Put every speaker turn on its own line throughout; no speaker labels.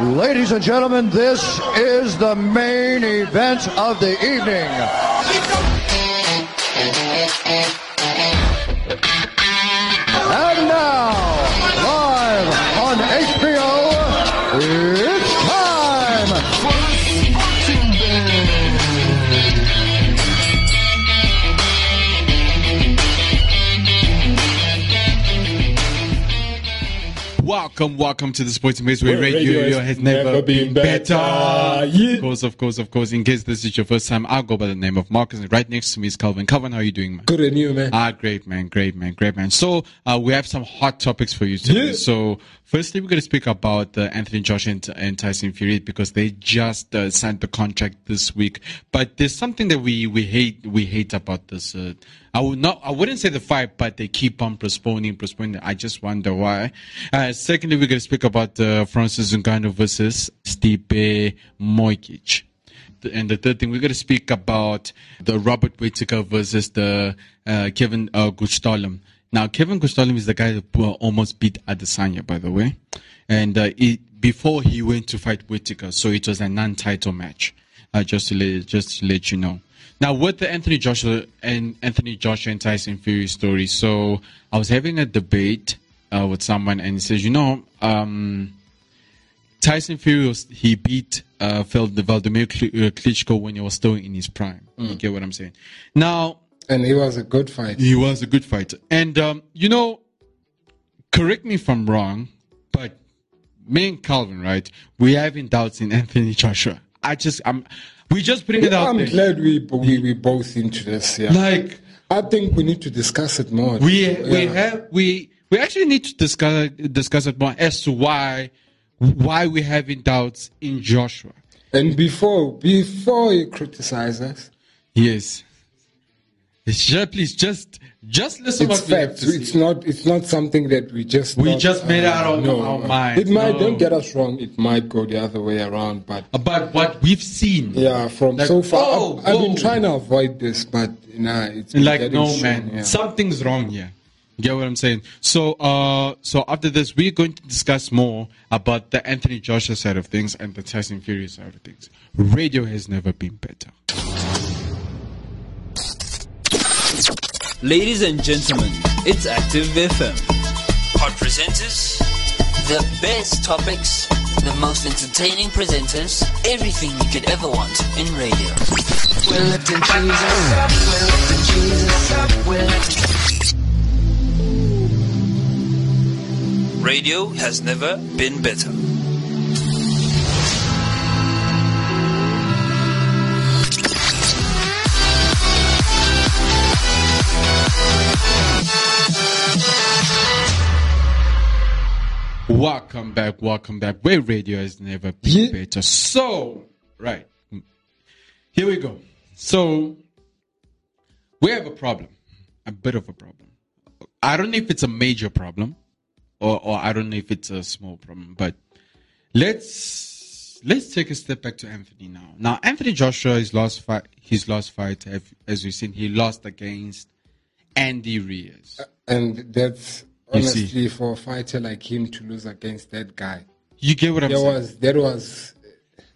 Ladies and gentlemen, this is the main event of the evening. And now, live on HBO, it's time!
Welcome, welcome to the Sports Midway
Well,
Radio.
radio
radio has never, been, better.
Yeah.
Of course, of course, of course. In case this is your first time, I'll go by the name of Marcus. And right next to me is Calvin. Calvin, how are you doing, man?
Good and you, man.
Ah, great, man. Great, man. Great, man. So, uh, we have some hot topics for you today.
Yeah.
So, firstly, we're going to speak about uh, Anthony Josh and, and Tyson Fury because they just uh, signed the contract this week. But there's something that we, we hate, we hate about this. Uh, I would not, I wouldn't say the fight, but they keep on postponing, postponing. I just wonder why. Uh, secondly, we're going to speak about uh, Francis Ngannou versus Stipe Mojkic. Th- And the third thing, we're going to speak about the Robert Whittaker versus the uh, Kevin uh, Gustalim. Now, Kevin Gustalim is the guy that uh, almost beat Adesanya, by the way. And uh, it, before he went to fight Whittaker, so it was a non-title match. Uh, just to let, just to let you know. Now, with the Anthony Joshua and Anthony Joshua and Tyson Fury story, so I was having a debate uh, with someone, and he says, you know, um, Tyson Fury was, he beat uh, Vel- Vladimir Kli- uh, Klitschko when he was still in his prime. You get what I'm saying? Now
And it was a good fight.
he was a good fighter, and um, you know, correct me if I'm wrong, but me and Calvin, right? We having doubts in Anthony Joshua. I just I'm we just putting it out
I'm
there.
glad we, we we both into this. Yeah,
Like
I think we need to discuss it more.
we we
Yeah.
have we we actually need to discuss discuss it more as to why why we having doubts in Joshua.
and before before you criticize us,
Yes. Sure, please just just listen
it's
what we have
facts.
to say.
It's not it's not something that we just
We
thought,
just made
uh,
our own
no,
our
uh,
mind.
It might
No.
don't get us wrong. It might go the other way around, but
about what we've seen.
yeah, from
Like,
so far, I've-
oh,
I've, been
whoa.
trying to avoid this, but nah, it's been
like
getting
no
shown,
man
yeah.
something's wrong here You get what i'm saying so uh so after this we're going to discuss more about the anthony joshua side of things and the tyson fury side of things radio has never been better
Ladies and gentlemen, it's Active FM. Hot presenters,
The best topics, the most entertaining presenters, everything you could ever want in radio. We're lifting Jesus up, we're lifting Jesus up, we're lifting.
radio has never been better.
welcome back welcome back where radio has never been
Yeah.
better so right here we go so we have a problem a bit of a problem i don't know if it's a major problem or, or i don't know if it's a small problem but let's let's take a step back to Anthony now. Now Anthony Joshua his last fight his last fight as- as we've seen he lost against Andy Reyes.
and that's
You see.
honestly for a fighter like him to lose against that guy.
You get what I'm
There
saying?
was there was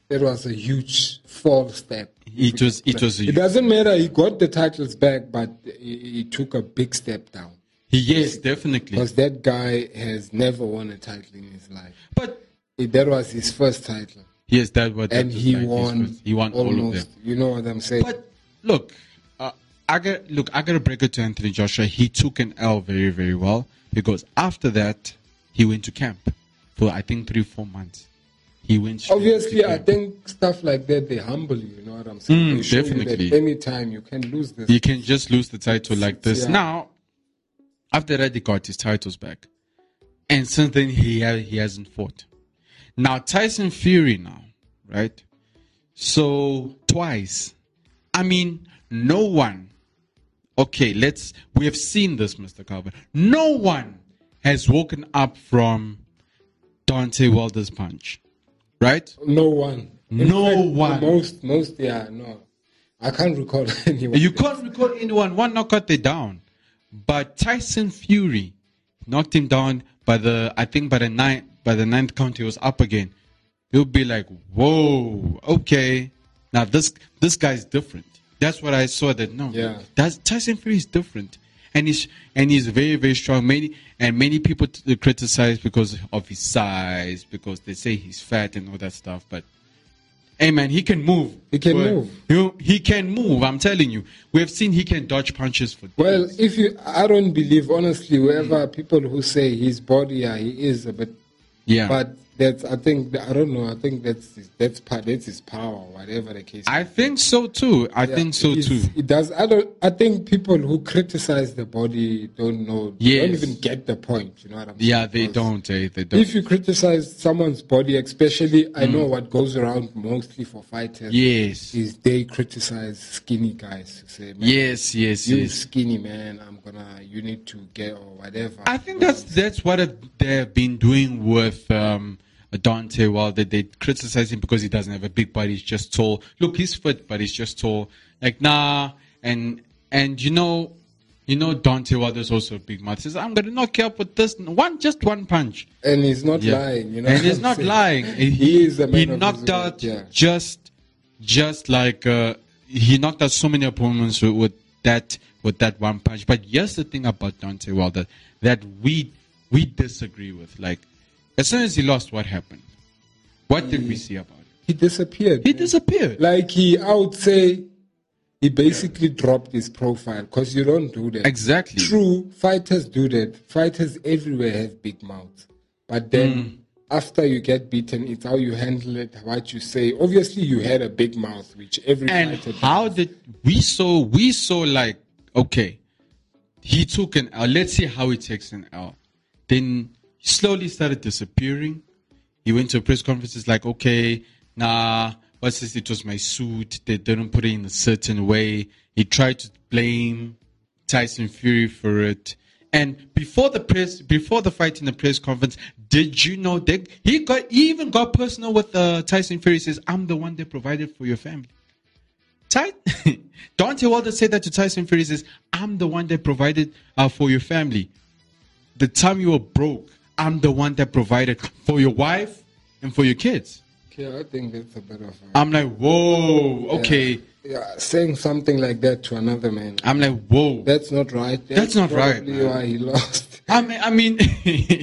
there was a huge false step.
it was it was a,
It doesn't matter. He got the titles back, but he, he took a big step down
yes definitely
because that guy has never won a title in his life.
but
That was his first title,
yes that was
and
that was
he
like his
won.
first- he won all of them.
You know what I'm saying?
But look, uh, I got look. I got to break it to Anthony Joshua. He took an L very, very well because after that, he went to camp for I think three, four months. He went. straight
Obviously,
to
I
camp.
think stuff like that they humble you. You know what I'm saying?
Mm,
They show you that
definitely.
anytime you can lose this.
you can just lose the title like this.
Yeah.
Now, after that, he got his titles back, and since then he ha- he hasn't fought. Now Tyson Fury now, right? So twice. I mean, no one. Okay, let's. We have seen this, Mr. Carver. No one has woken up from Dante Wilder's punch, right?
No one.
No one.
Most, most, yeah, no. I can't recall anyone.
You can't record anyone. One knockout, they down. But Tyson Fury knocked him down by the I think by the ninth by the ninth count he was up again. You'll be like, whoa, okay. Now this this guy's different. That's what I saw. That no,
Yeah.
that's Tyson Fury is different, and he's and he's very very strong. Many and many people t- uh, criticize because of his size, because they say he's fat and all that stuff. But hey, man, he can move.
He can
Well,
move.
You, he can move. I'm telling you, we have seen he can dodge punches for.
Well,
days.
if you, I don't believe honestly. Whoever people who say his body, yeah, he is, but
yeah.
but that's I think I don't know. I think that's his- that's part that's his power, whatever the case.
I think so too. I
Yeah,
think so
it is-
too.
It does. I don't. I think people who criticize the body don't know. they Don't
Yes.
even get the point. You know what I'm saying?
Yeah, they
Because
don't. Eh? They don't. Mm.
If you criticize someone's body, especially, I know what goes around mostly for fighters.
Yes.
Is they criticize skinny guys. Say, man,
Yes, yes,
you
yes.
skinny man. I'm gonna. You need to get or whatever.
I think that's that's what it- they've been doing with um, Dante. While they they criticize him because he doesn't have a big body, he's just tall. Look, he's fit, but he's just tall. Like nah, and and you know, you know Dante Wilder's also a big mouth. Says I'm gonna knock you up with this one, just one punch.
And he's not
Yeah.
lying. You know.
and
what
he's
I'm
not
saying?
lying. He,
He is a man
he
of his
knocked
word,
out
yeah.
just, just like uh, he knocked out so many opponents with, with that with that one punch. But here's the thing about Dante Wilder that we we disagree with. Like, as soon as he lost, what happened? What did we see about it?
He disappeared.
He
man.
disappeared.
Mm. like he I would say he basically dropped his profile because you don't do that
Exactly.
true fighters do that fighters everywhere have big mouths but then
Mm.
after you get beaten it's how you handle it what you say obviously you had a big mouth which every
and
fighter
how
does.
did we saw we saw like okay he took an L. Let's see how he takes an L. Then he slowly started disappearing. He went to a press conference. It's like, okay, nah, what's this? It was my suit. They didn't put it in a certain way. He tried to blame Tyson Fury for it. And before the press, before the fight in the press conference, did you know that he got he even got personal with uh, Tyson Fury? He Says, "I'm the one that provided for your family." Ty- Dante Wilder said that to Tyson Fury. He says, I'm the one that provided uh, for your family. The time you were broke, I'm the one that provided for your wife and for your kids.
okay, I think that's a bit of a,
I'm like, whoa, okay.
yeah, saying something like that to another man
I'm like, whoa.
that's not right
That's not right,
probably
man.
why he lost
I mean, I mean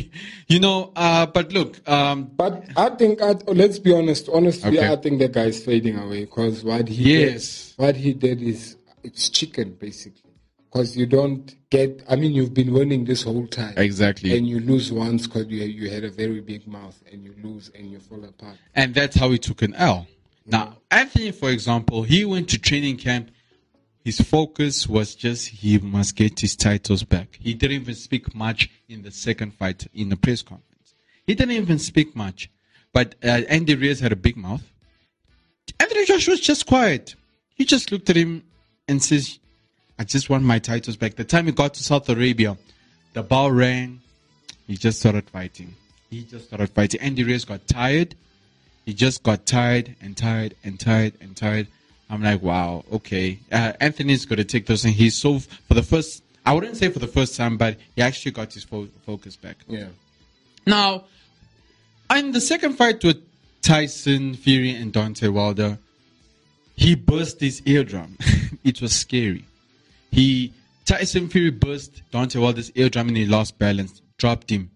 you know, uh, but look, um,
But I think I, let's be honest. Honestly,
Okay.
I think the guy's fading away because what he
Yes.
did, what he did is it's chicken basically. Because you don't get. I mean, you've been winning this whole time.
Exactly.
And you lose once because you you had a very big mouth and you lose and you fall apart.
and that's how he took an L. Now, Anthony, for example, he went to training camp. His focus was just he must get his titles back. He didn't even speak much in the second fight in the press conference. He didn't even speak much. But uh, Andy Reyes had a big mouth. Anthony Joshua was just quiet. He just looked at him and says, I just want my titles back. The time he got to South Arabia, the bell rang. He just started fighting. He just started fighting. Andy Reyes got tired. He just got tired and tired and tired and tired. I'm like, wow, okay. Uh, Anthony's going to take those. And he's so, for the first, I wouldn't say for the first time, but he actually got his fo- focus back.
Yeah.
Now, in the second fight with Tyson Fury and Dante Wilder, he burst his eardrum. it was scary. He Tyson Fury burst Dante Wilder's eardrum and he lost balance, dropped him.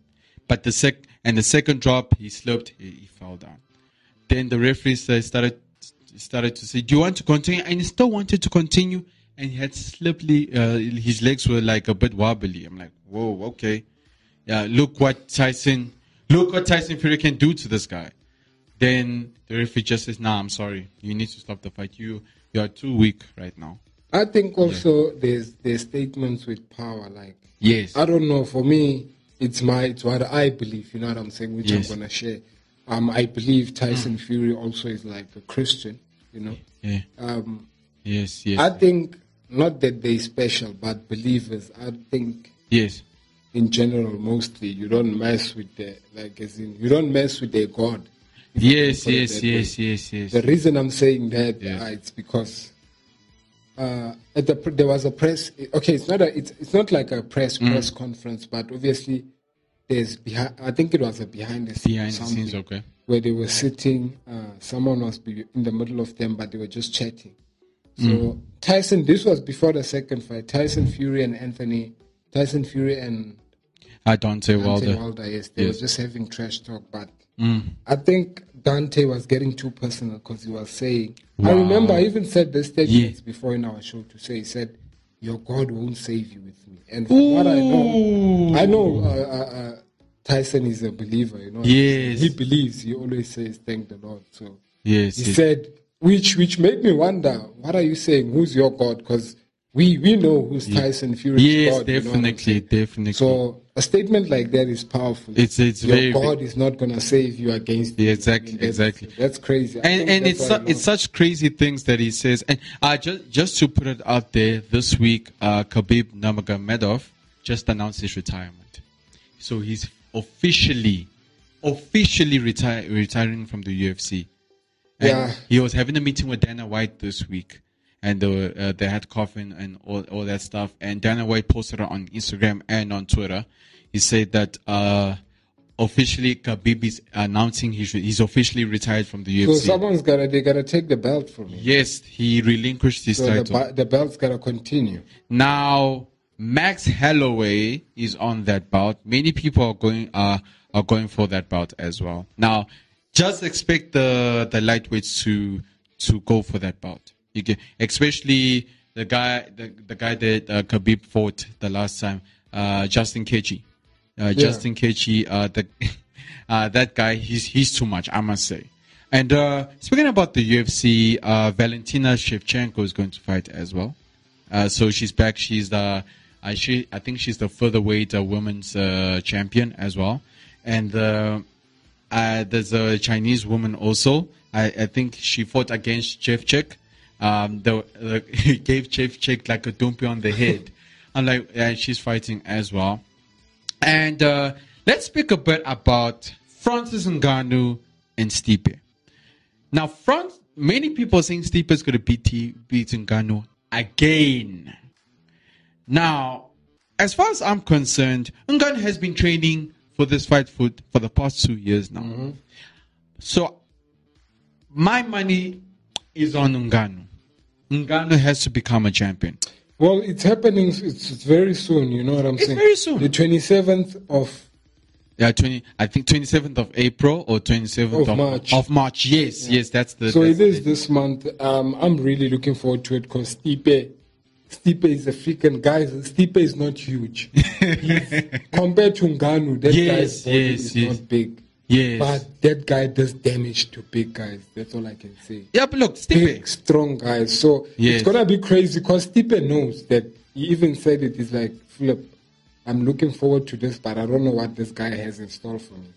But the sec and the second drop, he slipped, he, he fell down. Then the referee sa- started started to say, "Do you want to continue?" And he still wanted to continue, and he had slipply. Uh, his legs were like a bit wobbly. I'm like, "Whoa, okay." yeah, look what Tyson, look what Tyson Fury can do to this guy. Then the referee just says, "Nah, I'm sorry. You need to stop the fight. You you are too weak right now."
I think also there's there's statements with power like
Yes.
I don't know. For me, it's my it's what I believe. You know what I'm saying, which
Yes. Mm.
I'm gonna share. Um, I believe Tyson Fury also is like a Christian. You know,
Yeah.
um,
Yes. Yes.
I think not that they special, but believers. I think
yes.
in general, mostly you don't mess with the like as in you don't mess with their God. if I can
Yes.
put it
Yes.
that way.
Yes. Yes. Yes.
The reason I'm saying that
Yes.
uh, it's because uh, at the,
Mm.
pre- there was a press. Okay, it's not a, it's it's not like a press press conference, but obviously there's behind. I think it was a behind the scenes.
Behind the scenes,
something,
okay.
Where they were sitting, uh, someone was be- in the middle of them, but they were just chatting. So
Mm.
Tyson, this was before the second fight. Tyson Fury and Anthony, Tyson Fury and
I don't say
Dante Wilder.
Wilder.
yes, they
Yes. Mm.
were just having trash talk. But I think Dante was getting too personal because he was saying, I remember I even said this statement
Yeah.
before in our show to say, he said, Your God won't save you with me. And from what I know, I know uh, uh, uh, Tyson is a believer, you know.
Yes.
He believes, he always says, Thank the Lord. So
Yes,
he
yes.
said, which which made me wonder, what are you saying? Who's your God? Because we, we know who's Tyson Fury's
Yes,
God. you know what I'm
definitely,
saying?
definitely.
So a statement like that is powerful.
It's- it's
your
very big.
God is not gonna save you against
Yeah,
you.
exactly,
that's,
exactly.
That's crazy. I
and
think
and
that's
it's
why I
su- it's
love-
such crazy things that he says. And I just just to put it out there, this week, uh, Khabib Nurmagomedov just announced his retirement. So he's officially, officially retire, retiring from the UFC. And
Yeah.
He was having a meeting with Dana White this week, and they, were, uh, they had coffin and all, all that stuff. And Dana White posted it on Instagram and on Twitter. He said that uh, officially Khabib is announcing he's, re- he's officially retired from the
so
UFC.
someone's gotta they gotta take the belt from him.
yes, he relinquished his
So the,
title.
ba- the belt's gotta continue.
Now Max Holloway is on that bout. Many people are going are are going for that bout as well. Now, just expect the the lightweights to to go for that bout. You get, especially the guy the, the guy that uh, Khabib fought the last time, uh, Justin Kechi. Uh, Justin Kechi, uh, the, uh, that guy, he's he's too much, I must say. And uh, speaking about the UFC, uh, Valentina Shevchenko is going to fight as well. Uh, so she's back. She's the I she I think she's the featherweight uh, women's uh, champion as well, and uh, uh, there's a Chinese woman also. I, I think she fought against Jeff Chick. Um, the, the he gave Jeff Chick like a dumpy on the head. I'm like, yeah, she's fighting as well. And uh, let's speak a bit about Francis Ngannou and Stipe. Now, France, many people are saying Stipe is going to beat, T- beat Ngannou again. Now, as far as I'm concerned, Ngannou has been training for this fight for, for the past two years now. So, my money is on Ngannou. Ngannou has to become a champion.
Well, it's happening. It's, it's very soon. You know what I'm saying?
very soon.
The 27th of
Yeah, twenty. I think twenty seventh of April or twenty seventh
Of March.
Of March, yes, yes, that's the.
So
that's
it is
the-
this month. Um, I'm really looking forward to it because Stipe, Stipe is a freaking guy. Stipe is not huge He's- compared to Ngannou. That
Yes,
guy's body
yes,
is
yes.
not big.
Yes.
but that guy does damage to big guys. That's all I can say.
yeah, but look,
Big,
Stipe.
strong guys. So
Yes.
it's gonna be crazy because Stipe knows that. He even said it is like Philip. I'm looking forward to this, but I don't know what this guy has in store for me.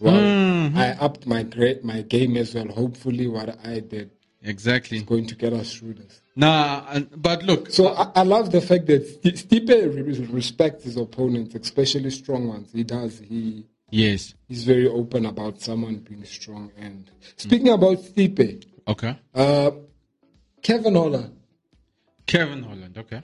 Well, I upped my grade, my game as well. Hopefully, what I did
Exactly.
going to get us through this.
Nah, and- but look,
So I, I love the fact that Sti- Stipe re- respects his opponents, especially strong ones. He does. He
yes,
he's very open about someone being strong. And speaking about Stipe,
okay.
uh, Kevin Holland.
Kevin Holland, okay.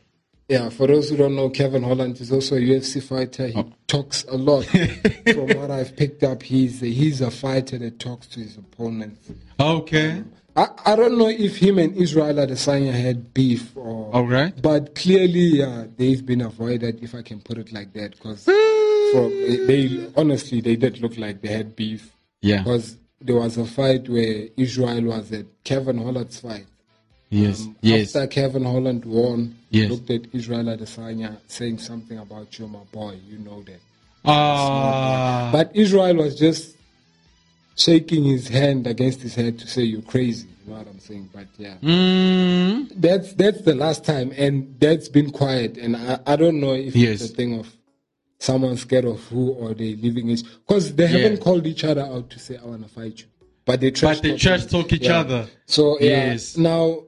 Yeah, for those who don't know, Kevin Holland is also a UFC fighter. He talks a lot. From what I've picked up, he's a, he's a fighter that talks to his opponents.
Okay.
I, I don't know if him and Israel Adesanya had beef or
All right.
but clearly uh, they've been avoided, if I can put it like that, because from they honestly they did look like they had beef.
Yeah.
because there was a fight where Israel was at Kevin Holland's fight.
Yes.
Um,
yes.
After Kevin Holland won, he
Yes.
looked at Israel Adesanya saying something about you, my boy. You know that.
Ah.
But Israel was just shaking his hand against his head to say you're crazy. You know what I'm saying? But yeah,
Mm,
that's that's the last time, and that's been quiet. And I, I don't know if
Yes.
it's a thing of someone scared of who or they leaving it because they haven't called each other out to say I want to fight you, but they trash
but they
talk
trash
you.
talk each
Yeah.
other.
So yeah,
Yes.
now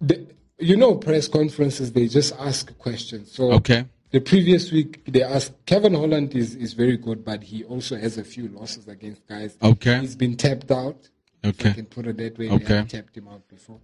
the, you know press conferences they just ask questions. So
Okay.
the previous week they asked Kevin Holland is, is very good, but he also has a few losses against guys.
Okay.
He's been tapped out. If I
Okay.
can put it that way.
Okay.
They haven't tapped him out before.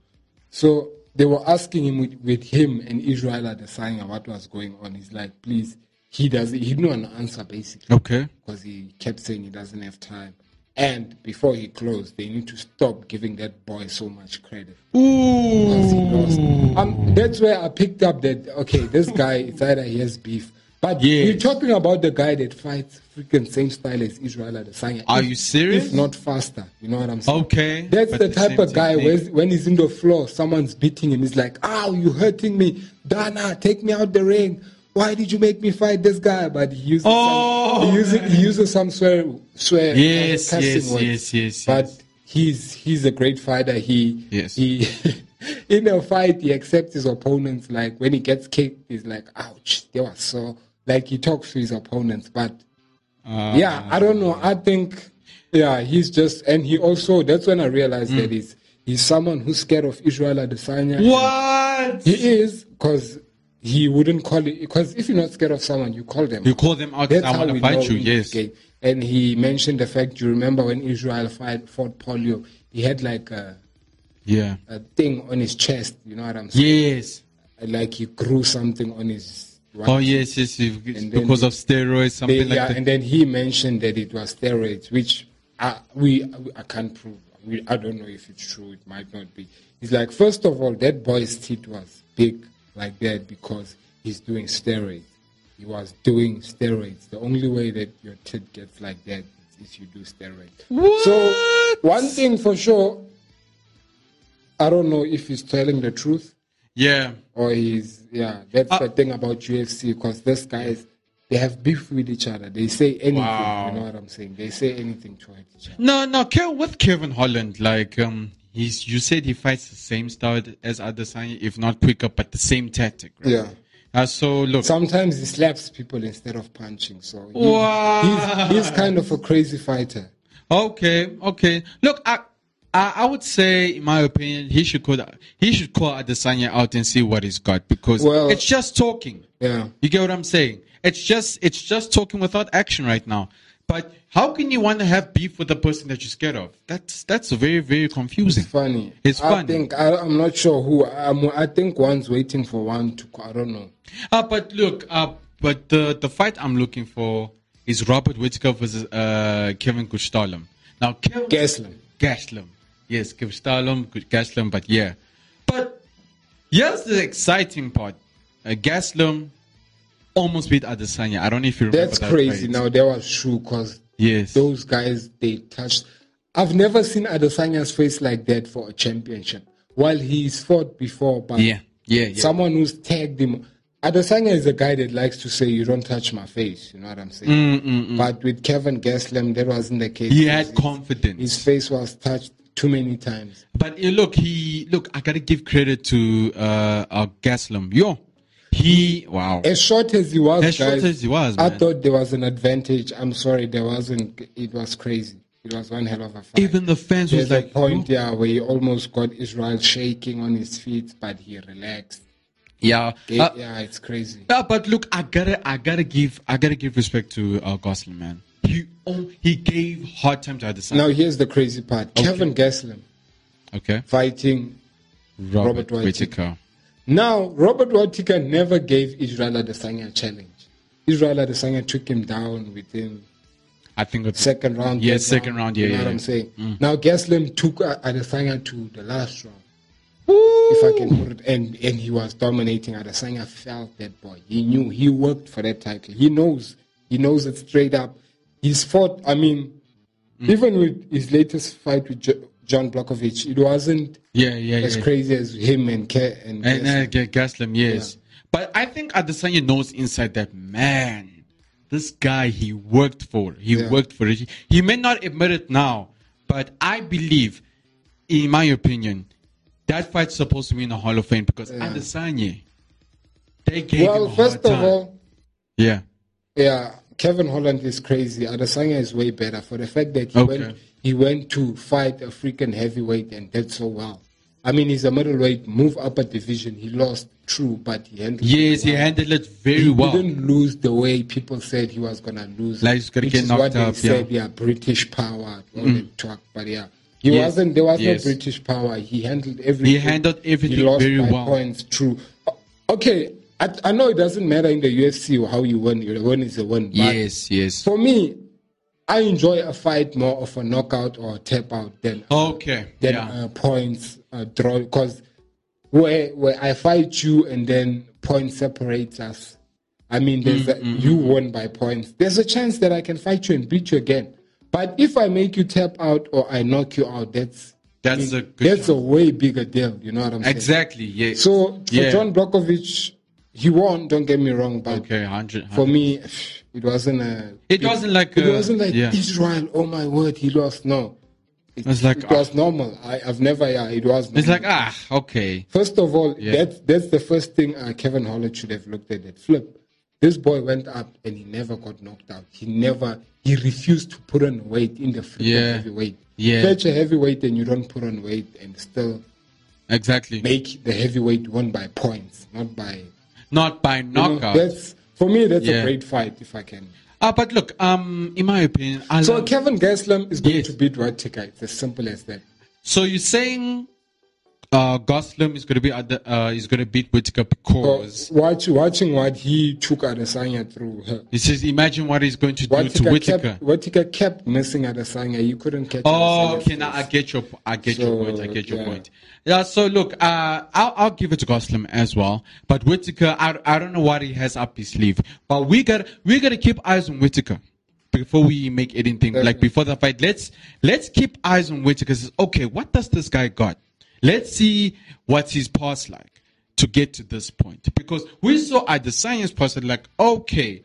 So they were asking him with, with him and Israel Adesanya what was going on. He's like, please, he does he knew an answer basically
Okay.
because he kept saying he doesn't have time. And before he closed, they need to stop giving that boy so much credit. Because he lost. Um, that's where I picked up that okay, this guy it's either he has beef. But
Yes.
we're talking about the guy that fights freaking same style as Israel Adesanya.
Are
If-
you serious?
If not faster, you know what I'm saying?
Okay.
That's
but
the type
same
of guy
technique.
where when he's in the floor, someone's beating him. He's like, "Ow, you hurting me, Dana! Take me out the ring. Why did you make me fight this guy?" But he uses
Oh,
some, he uses, he uses some swear swear uh,
Yes,
cussing
yes,
words.
yes, yes,
But
yes.
he's he's a great fighter. He
Yes.
he. In a fight, he accepts his opponents. Like when he gets kicked, he's like, "Ouch, they were so." Like he talks to his opponents, but
Uh,
yeah, I don't know. I think, yeah, he's just, and he also, that's when I realized that he's, he's someone who's scared of Israel Adesanya.
Mm. What?
He is, because he wouldn't call it, because if you're not scared of someone, you call them.
You call them out.
That's
I
how
want
we
to fight
know
you.
in this
Yes.
game. And he mentioned the fact, you remember when Israel fight, fought polio, he had like a,
Yeah.
a thing on his chest, you know what I'm saying?
Yes.
Like he grew something on his right
Oh yes, yes. you-
And then
because
they-
of steroids, something
They-
like
yeah,
that.
and then he mentioned that it was steroids, which I, we I can't prove. We, I don't know if it's true. It might not be. He's like, first of all, that boy's teeth was big like that because he's doing steroids. He was doing steroids. The only way that your teeth gets like that is if you do steroids. So
What?
one thing for sure, I don't know if he's telling the truth
yeah.
or he's yeah. That's
Uh,
the thing about UFC because these guys they have beef with each other. They say anything.
Wow.
You know what I'm saying? They say anything to hurt each other.
No, no. Ke- With Kevin Holland, like um, he's you said he fights the same style as Adesanya, if not quicker, but the same tactic. Right?
Yeah.
Uh, so look.
Sometimes he slaps people instead of punching. So he-
Wow.
he's, he's kind of a crazy fighter.
Okay, okay. Look, I, I, I would say, in my opinion, he should call he should call Adesanya out and see what he's got because
Well-
it's just talking.
Yeah.
you get what I'm saying. It's just it's just talking without action right now. But how can you want to have beef with the person that you're scared of? That's that's very very confusing.
It's funny.
It's
I
funny.
think I, I'm not sure who. I'm, I think one's waiting for one to. co- I don't know.
Uh, but look, uh, but the the fight I'm looking for is Robert Whitaker versus uh, Kevin Kushtalem. Now, Kevin
Gaslam.
Gaslam. Yes, Kushtalem, Gaslam, but yeah. But here's the exciting part. Uh, Gaslam almost beat Adesanya. I don't know if you remember
That's
that
crazy.
fight.
Now that was true because
Yes.
those guys they touched. I've never seen Adesanya's face like that for a championship. While he's fought before, but
Yeah, yeah, yeah.
someone who's tagged him. Adesanya is a guy that likes to say, "You don't touch my face." You know what I'm saying? But with Kevin Gaslam, that wasn't the case.
Mm, He had
His-
confidence.
His face was touched too many times.
But eh, look, he look. I gotta give credit to uh, uh Gaslam. Yo, he wow.
As short as he was,
As short
guys,
as he was,
I
man.
thought there was an advantage. I'm sorry, there wasn't. It was crazy. It was one hell of a fight.
Even the fans was
There's
like,
a point,
yo.
yeah, where he almost got Israel shaking on his feet, but he relaxed.
yeah,
Yeah,
Uh,
yeah, it's crazy.
yeah, But look, I gotta, I gotta give, I gotta give respect to uh, Gosling, man. He, oh, he gave hard time to Adesanya.
Now here's the crazy part: Kevin Gaslam
okay,
fighting.
Robert, Whitaker.
Robert Whittaker. Now Robert Whittaker never gave Israel Adesanya a challenge. Israel Adesanya took him down within
I think it's
second round.
Yeah,
third
second round. Yeah,
you know
yeah.
what
yeah. Mm.
I'm saying. Now Gaslam took uh, Adesanya to the last round.
Woo!
If I can put it, and and he was dominating. Adesanya felt that boy. He knew. He worked for that title. He knows. He knows it straight up. He's fought. I mean,
Mm.
even with his latest fight with jo- John Blokovich, it wasn't
Yeah, yeah,
as
yeah.
crazy as him and Ke- and,
And
Gaslam.
uh, Ga- Gaslam, yes. But I think Adesanya knows inside that man, this guy he worked for. He
Yeah.
worked for it. He- He may not admit it now, but I believe, in my opinion, that fight's supposed to be in the Hall of Fame because Adesanya, they gave him
well,
a hard
first of
time.
all,
yeah,
yeah, Kevin Holland is crazy. Adesanya is way better for the fact that he
Okay.
went he went to fight a freaking heavyweight and did so well. I mean, he's a middleweight, move up a division. He lost, true, but he handled. it
yes, he
well.
handled it very
he
well.
didn't lose the way people said he was gonna lose.
Like he's gonna
which
get
is
knocked
what they
up, yeah. Mm.
said, yeah, British power, all that talk. But yeah, he
Yes,
wasn't. There was
yes.
no British power. He handled everything.
handled everything
He lost
very
by
well.
points. True. O- Okay, I, I know it doesn't matter in the UFC how you win. A win is a win. But
Yes, yes.
For me, I enjoy a fight more of a knockout or a tap out than
Okay.
than
yeah.
uh, points uh, draw because where where I fight you and then points separate us. I mean, there's a,
Mm,
you won by points. There's a chance that I can fight you and beat you again. But if I make you tap out or I knock you out, that's
That's
I
a good
that's a way bigger deal. You know what I'm saying?
exactly. Yeah.
So for
yeah.
John Blokovic, he won. Don't get me wrong, but
Okay, hundred.
for me, it wasn't a.
It wasn't like
It
a-
wasn't like
yeah.
Israel. Oh my word, he lost. No, it,
It's like,
it was normal. I, I've never. Yeah, it was. Normal.
It's like ah, okay.
First of all,
Yeah.
that's that's the first thing uh, Kevin Holland should have looked at. It flip. This boy went up and he never got knocked out. He never. He refused to put on weight in the freaking
Yeah.
heavyweight.
Yeah.
Catch a heavyweight and you don't put on weight and still
Exactly.
make the heavyweight won by points, not by
Not by
you know,
knockout.
that's for me. That's
Yeah.
a great fight if I can.
ah, but look, um, in my opinion, I
So
love-
Kevin Gaslam is going
Yes.
to beat Whittaker. It's as simple as that.
So you're saying uh, Goslam is going to be at the, uh, is going to beat Whitaker because
Watch, watching what he took Adesanya through.
he says, imagine what he's going to do to
Whittaker
Whitaker.
kept, Whittaker kept missing Adesanya. You couldn't catch.
Oh,
Adesanya
okay. Now I
first.
get your, I get your
So,
point. I get your
yeah.
point. Yeah. So look, uh, I'll, I'll give it to Goslam as well. But Whitaker, I, I don't know what he has up his sleeve. But we got, we got to keep eyes on Whitaker before we make anything. Like before the fight, let's, let's keep eyes on Whitaker. Says, okay, what does this guy got? Let's see what's his past like to get to this point. Because we saw at the science person like, okay,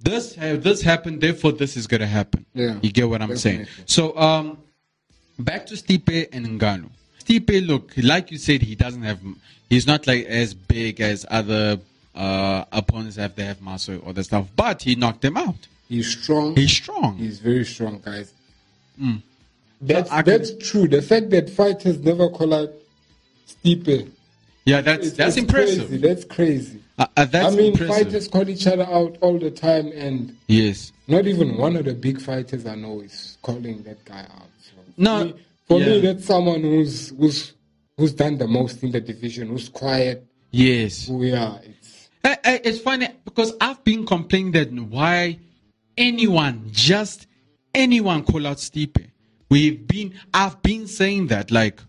this have this happened, therefore this is gonna happen.
Yeah.
You get what I'm saying?
Definitely.
So um back to Stipe and Ngannou. Stipe, look, like you said, he doesn't have. He's not like as big as other uh, opponents have. They have muscle or that stuff, but he knocked them out.
He's strong.
He's strong.
He's very strong, guys. That's
Mm. I can-
that's true. The fact that fighters never call out Stipe.
yeah, that's
it's-
that's
it's
impressive.
Crazy. That's crazy.
Uh, uh, that's
I mean,
impressive.
fighters call each other out all the time, and
yes.
not even one of the big fighters I know is calling that guy out. So
No,
for me, for me,
yeah.
that's someone who's who's who's done the most in the division, who's quiet,
Yes.
who yeah, it's
Eh, eh, It's funny because I've been complaining that why anyone, just anyone, call out Stipe. We've been, I've been saying that like,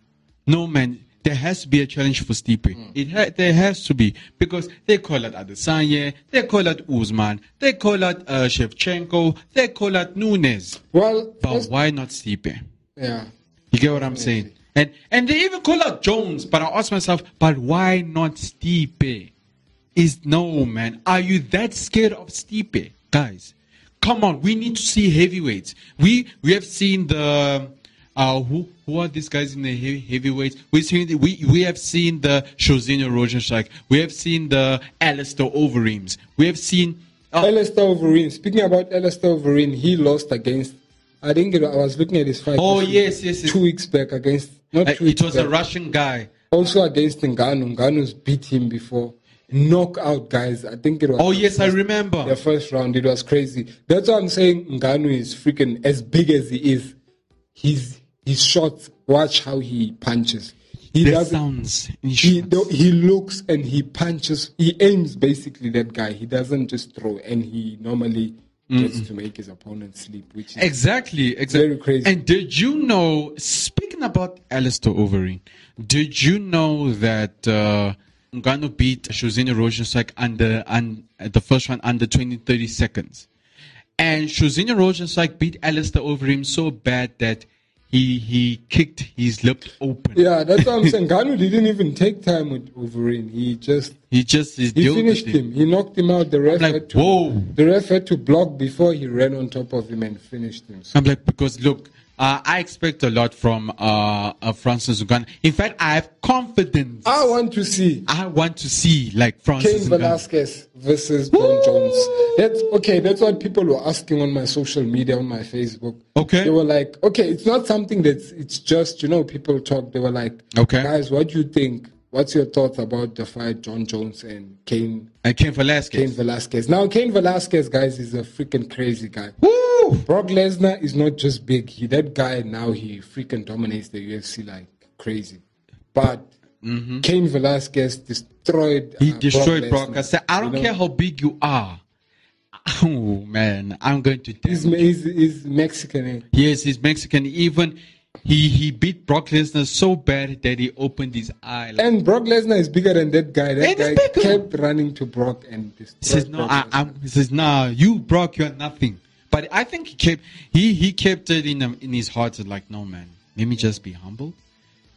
no man, there has to be a challenge for Stipe. It ha- there has to be because they call out Adesanya, they call out Usman, they call out uh, Shevchenko, they call out Nunes,
well,
but
first-
why not Stipe?
yeah.
You get what I'm saying? And and they even call out Jones, but I ask myself, but why not Stipe? Is no man. Are you that scared of Stipe? Guys, come on, we need to see heavyweights. We we have seen the uh who who are these guys in the heavy, heavyweights? We've seen the, we we have seen the Shozino Rosenstrike. We have seen the Alistair Overeems. We have seen uh,
Alistair Overeem. Speaking about Alistair Overeem, he lost against. I think it, I was looking at his fight.
Oh,
this week,
yes, yes, yes.
Two weeks back against not
uh,
two
it
weeks
was a
back.
Russian guy.
Also against Ngannou. Ngannou's beat him before. Knockout guys. I think it was.
Oh yes, I remember.
The first round, it was crazy. That's why I'm saying Ngannou is freaking as big as he is. His his shots. Watch how he punches. He
the
doesn't.
sounds.
He do- he looks and he punches. He aims basically that guy. He doesn't just throw, and he normally gets to make his opponent sleep, which is
Exactly, exactly.
Very crazy.
And did you know, speaking about Alistair Overeem, did you know that uh, Ngannou beat Shuzina Rosenstrike under un, at the first round under 20, 30 seconds? And Shuzina Rosenstrike beat Alistair Overeem so bad that he he kicked his lip open.
yeah. That's what I'm saying. Ngannou didn't even take time with Overeem. He just
He just he
he finished him. He knocked him out. The ref
like,
had to
whoa.
the ref had to block before he ran on top of him and finished him. So
I'm like, because look, uh, I expect a lot from uh, uh, Francis Ngannou. In fact, I have confidence.
I want to see
I want to see like
Cain
Francis Ngannou.
Velasquez versus John Jones. That's okay. That's what people were asking on my social media, on my Facebook.
Okay.
They were like, okay, it's not something that's. It's just you know people talk. They were like,
Okay.
guys, what do you think? What's your thoughts about the fight, John Jones and Cain
and uh, Cain Velasquez.
Cain Velasquez? Now, Cain Velasquez, guys, is a freaking crazy guy.
Woo!
Brock Lesnar is not just big. He that guy now. He freaking dominates the UFC like crazy. But Cain Velasquez destroyed.
Mm-hmm. He
uh,
destroyed Brock.
Lesnar,
I said, I
you
don't
know?
care how big you are. Oh man, I'm going to
He's,
damage
Ma- he's, he's Mexican. eh?
Yes, he's Mexican. Even he he beat Brock Lesnar so bad that he opened his eye. Like,
And Brock Lesnar is bigger than that guy. That
And he's
guy
bigger.
kept running to Brock and
he
destroyed
says no,
Brock
I,
Lesnar.
I'm. He says no, you Brock, you're nothing. But I think he kept he he kept it in um, in his heart. Like no man, let me just be humble.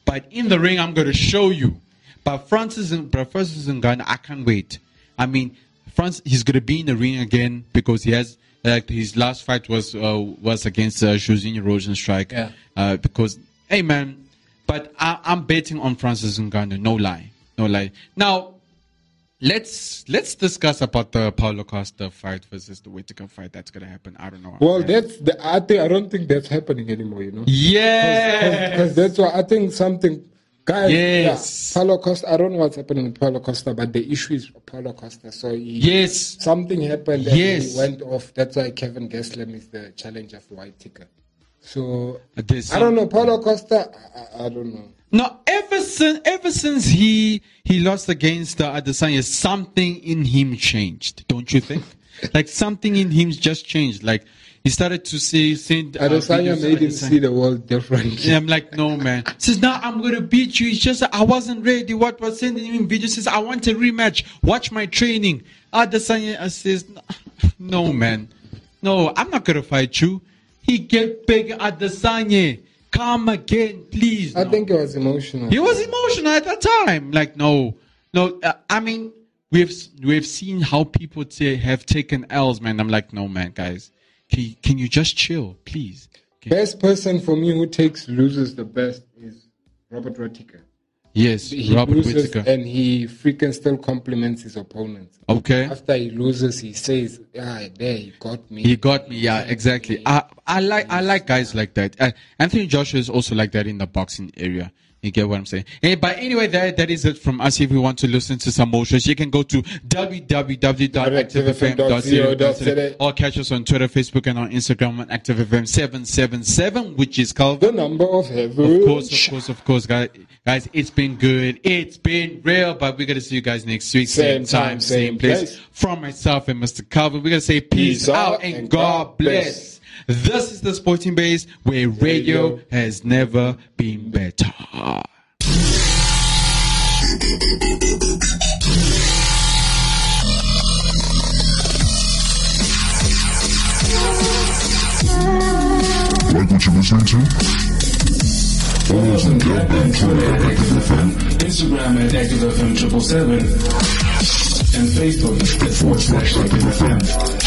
But in the ring, I'm going to show you. But Francis and but Francis and Ghana, I can't wait. I mean, France, he's going to be in the ring again because he has like his last fight was uh, was against uh, Shozinho Rosenstrike.
Yeah.
Uh, because hey man, but I, I'm betting on Francis Ngannou. No lie, no lie. Now let's let's discuss about the Paulo Costa fight versus the Whitaker fight that's going to happen. I don't know.
Well,
Yeah.
that's the. I think I don't think that's happening anymore. You know.
yeah.
Because that's why I think something. Guys,
Yes.
yeah, Paulo Costa. I don't know what's happening with Paulo Costa, but the issue is Paulo Costa. So he,
Yes.
something happened. And
Yes.
he went off. That's why Kevin Gaslam is the challenger for White Ticker. So
There's
I don't know Paulo Costa. I- I, I don't know.
No, ever since ever since he he lost against uh, Adesanya, something in him changed. Don't you think? like something in him just changed. Like he started to see. see uh, videos
Adesanya
of
made him
Adesanya.
see the world differently.
And I'm like, no, man. Says, now I'm going to beat you. It's just, I wasn't ready. What was sending him video says, I want a rematch. Watch my training. Adesanya uh, says, no, man. No, I'm not going to fight you. He get big Adesanya. Come again, please.
I
No.
think it was emotional.
He was emotional at that time. Like, no, no. Uh, I mean, we've we've seen how people ta- have taken L's, man. I'm like, no, man, guys. Can you, can you just chill, please? Okay.
best person for me who takes loses the best is Robert Whittaker.
Yes,
He
Robert
loses
Whittaker.
and he freaking still compliments his opponents.
Okay.
After he loses, he says, "Ah, there he got me."
He got me. Yeah, exactly. I I like I like guys like that. Uh, Anthony Joshua is also like that in the boxing area. You get what I'm saying? Eh, but anyway, that, that is it from us. If you want to listen to some more shows, you can go to www.activefm.co.za
www.activefm.co.za.
or catch us on Twitter, Facebook, and on Instagram on ActiveFM777, which is Calvin.
the number of heavyweight.
Of course, of course, of course, guys. Guys, it's been good. It's been real, but we're gonna see you guys next week, same,
Same
time,
time,
same,
same
place.
place.
From myself and Mr. Calvin, we're gonna say peace,
Peace
out,
out
and,
and
God,
God
bless. This is the Sporting Base where radio,
Radio.
has never been better.
Like what you're listening to? Follow us on Gelb Twitter at Active FM
Instagram at ActiveFM777 and Facebook
forward slash Active FM.